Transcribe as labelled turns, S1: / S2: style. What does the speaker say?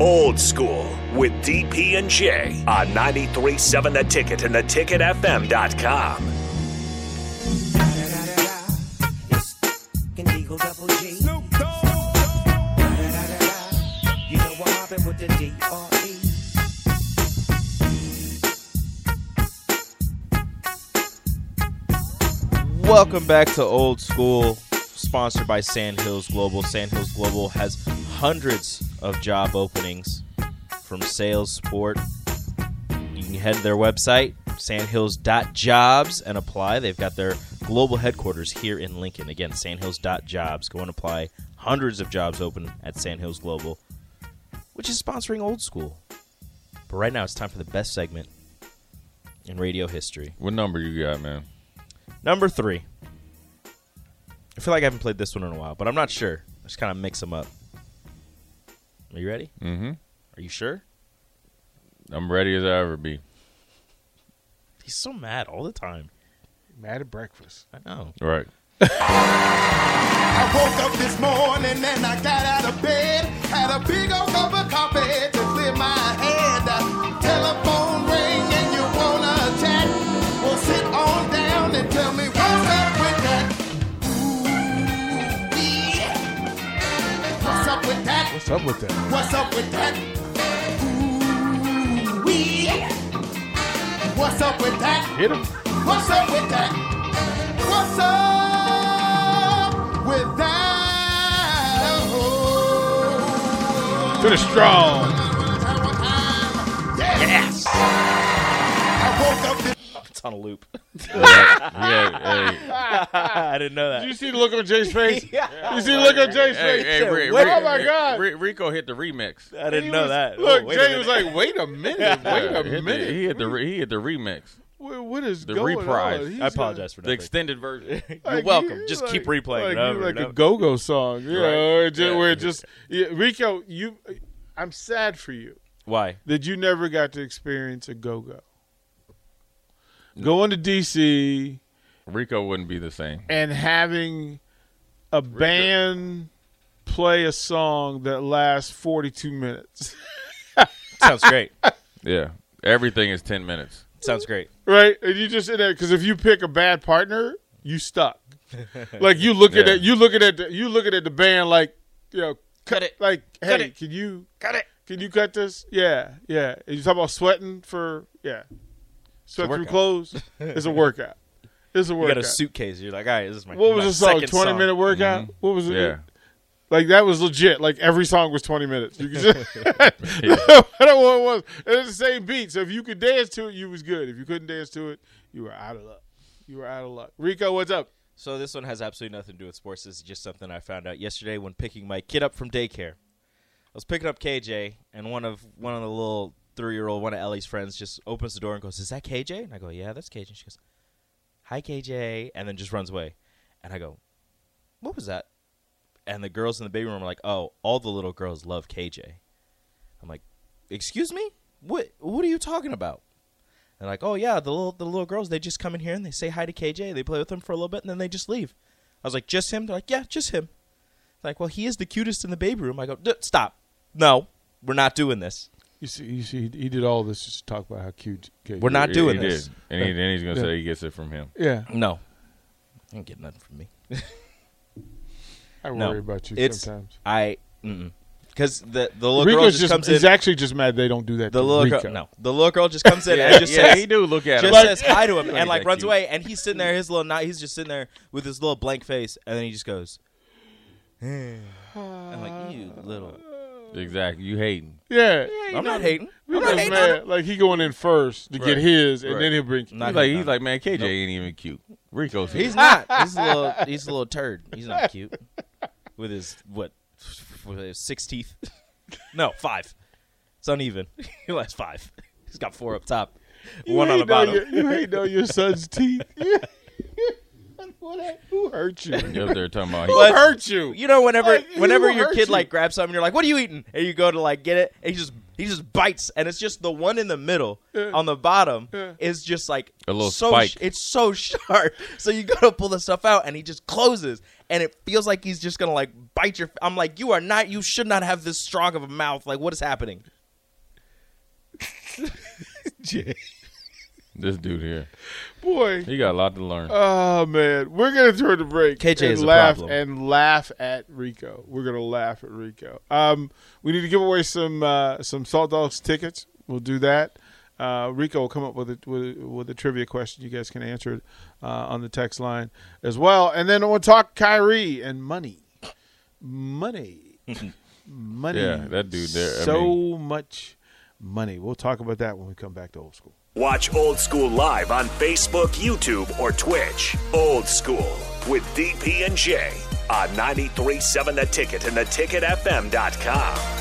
S1: Old School with DP and J on 937 The Ticket and theticketfm.com.
S2: It's fucking Eagle Double G. Da-da-da-da. You know I'm hopping with the E? D.R.E..
S3: Welcome back to Old School, sponsored by Sandhills Global. Sandhills Global has hundreds of job openings from sales support. You can head to their website, sandhills.jobs, and apply. They've got their global headquarters here in Lincoln. Again, sandhills.jobs. Go and apply. Hundreds of jobs open at Sandhills Global, which is sponsoring Old School. But right now, it's time for the best segment in radio history.
S4: What number you got, man?
S3: Number three. I feel like I haven't played this one in a while, but I'm not sure. I just kind of mix them up. Are you ready?
S4: Mm-hmm.
S3: Are you sure?
S4: I'm ready as I ever be.
S3: He's so mad all the time.
S5: Mad at breakfast.
S3: I know.
S4: All right.
S6: I woke up this morning and I got out of bed. Had a big old cup of coffee to clear my head. Telephone ring and you wanna chat? Well, sit on down and tell me what's up with that. Ooh-wee. What's up with that?
S5: What's up with that?
S6: What's up with that? Ooh-wee. What's up with that?
S5: Hit him.
S6: What's up with that? What's up with that? Oh,
S5: To the strong.
S6: yes. I woke up this
S3: It's on a loop.
S4: Yeah, hey,
S3: I didn't know that.
S5: Did you see the look on Jay's face? You see the look on Jay's
S4: hey,
S5: face?
S4: hey, Ri-
S3: "What?"
S4: Ri-
S5: Oh, my God.
S4: Ri- Rico hit the remix.
S3: I didn't
S5: He
S3: know
S5: was-
S3: that.
S5: Look,
S3: Oh, wait a
S5: Jay was
S3: minute.
S5: like, wait a minute. Wait
S4: Yeah,
S5: a
S4: he hit the-
S5: minute.
S4: he hit the re- he hit the remix,
S5: What- what is
S4: the
S5: going
S4: reprise.
S5: on? "Oh, He's
S3: I apologize for
S4: the
S3: that.
S4: extended version.
S3: You're
S5: Like,
S3: welcome.
S5: you-
S3: Just
S5: like-
S3: keep replaying
S5: Like,
S3: it
S5: you
S3: over
S5: like
S3: and
S5: a
S3: over.
S5: go-go song, you
S4: Right.
S5: know, it ju-
S4: Yeah.
S5: where it just yeah, Rico, you, I'm sad for you
S3: Why?
S5: that you never got to experience a go-go.
S3: Mm.
S5: Going to DC
S4: Rico wouldn't be the same.
S5: and having a band play a song that lasts 42 minutes,
S3: Sounds great.
S4: Yeah, everything is ten minutes.
S3: Sounds great.
S5: right? And you just in there because if you pick a bad partner, you stuck. like you looking
S4: Yeah.
S5: at you looking at the, you looking at the band like you know cut it like hey
S3: it.
S5: can you
S3: Got it.
S5: Can you cut this? Yeah, yeah. And you talk about sweating for yeah, sweat through
S4: workout.
S5: clothes. It's a workout. It's a
S3: You
S5: workout.
S3: got a suitcase. You're like, all right, this is my.
S5: what was
S3: my
S5: the song?
S3: second
S5: Twenty
S3: song. Mm-hmm.
S5: minute workout. What was it?
S4: Yeah,
S5: Like that was legit. Like every song was twenty minutes. You could just, I don't know what it was. It was the same beat. So if you could dance to it, you was good. If you couldn't dance to it, you were out of luck. You were out of luck. Rico, what's up?
S3: So this one has absolutely nothing to do with sports. This is just something I found out yesterday when picking my kid up from daycare. I was picking up KJ, and one of one of the little three year old, one of Ellie's friends, just opens the door and goes, "Is that KJ?" And I go, "Yeah, that's KJ." And she goes, "Hi, KJ," and then just runs away. And I go, "What was that?" And the girls in the baby room are like, "Oh, all the little girls love KJ." I'm like, "Excuse me? What? What are you talking about?" They're like, oh yeah, the little the little girls they just come in here and they say hi to KJ. They play with him for a little bit and then they just leave. I was like, just him? They're like, yeah, just him. They're like, well, he is the cutest in the baby room. I go, D- stop. No, we're not doing this.
S5: You see, you see, he did all this just to talk about how cute. KJ
S3: We're not
S4: He-
S3: doing
S4: he
S3: this.
S4: did. and he, then he's gonna say he gets it from him.
S5: Yeah,
S3: No, you don't get nothing from me.
S5: I worry
S3: No,
S5: about you
S3: it's
S5: sometimes.
S3: I because the the little girl
S5: Rico's
S3: just,
S5: just,
S3: comes
S5: is
S3: in.
S5: actually just mad they don't do that.
S3: The
S5: to
S3: little
S5: Rico.
S3: girl, no, the little girl just comes in and just says,
S4: he do look at
S3: just
S4: him.
S3: says hi to him and like
S4: that
S3: runs
S4: cute.
S3: away and he's sitting there his little night he's just sitting there with his little blank face and then he just goes I'm like you little
S4: exactly. You hating?
S5: Yeah.
S3: I'm not hating I'm
S5: Rico's
S3: not hating on
S5: mad.
S3: him.
S5: Like he going in first to get
S4: Right.
S5: his, and
S4: Right.
S5: then he'll bring.
S3: Not
S4: he's like
S3: hating
S4: he's
S3: on him.
S4: like man, KJ ain't even cute. Rico's
S3: he's not he's a little he's a little turd he's not cute with his what with his six teeth no five it's uneven he has five he's got four up top
S5: You
S3: one on
S5: hate
S3: the bottom
S5: Your, you hate on your son's teeth. What hap- Who hurt you? Who
S4: You up there talking about? he-
S3: But-
S5: hurt you?
S3: You know, whenever
S5: Like, he
S3: whenever
S5: will
S3: your
S5: hurt
S3: kid
S5: you.
S3: like grabs something, you're like, "What are you eating?" And you go to like get it, and he just He just bites, and it's just the one in the middle on the bottom is just like
S4: A little
S3: so
S4: spike.
S3: it's so sharp. So you gotta pull the stuff out, and he just closes, and it feels like he's just gonna like bite your. I'm like, you are not. You should not have this strong of a mouth. Like, what is happening?
S4: This dude here,
S5: Boy.
S4: he got a lot to learn.
S5: Oh man, we're gonna turn the break.
S3: KJ
S5: and
S3: is a
S5: laugh
S3: problem.
S5: and laugh at Rico. We're gonna laugh at Rico. Um, we need to give away some uh, some Salt Dogs tickets. We'll do that. Uh, Rico will come up with a, with a, with a trivia question. You guys can answer it uh, on the text line as well. And then we'll talk Kyrie and money, money, money.
S4: Yeah, that dude there, I
S5: So much money. We'll talk about that when we come back to old school.
S1: Watch Old School live on Facebook, YouTube, or Twitch. Old School with DP and J on 937 The Ticket and theticketfm.com.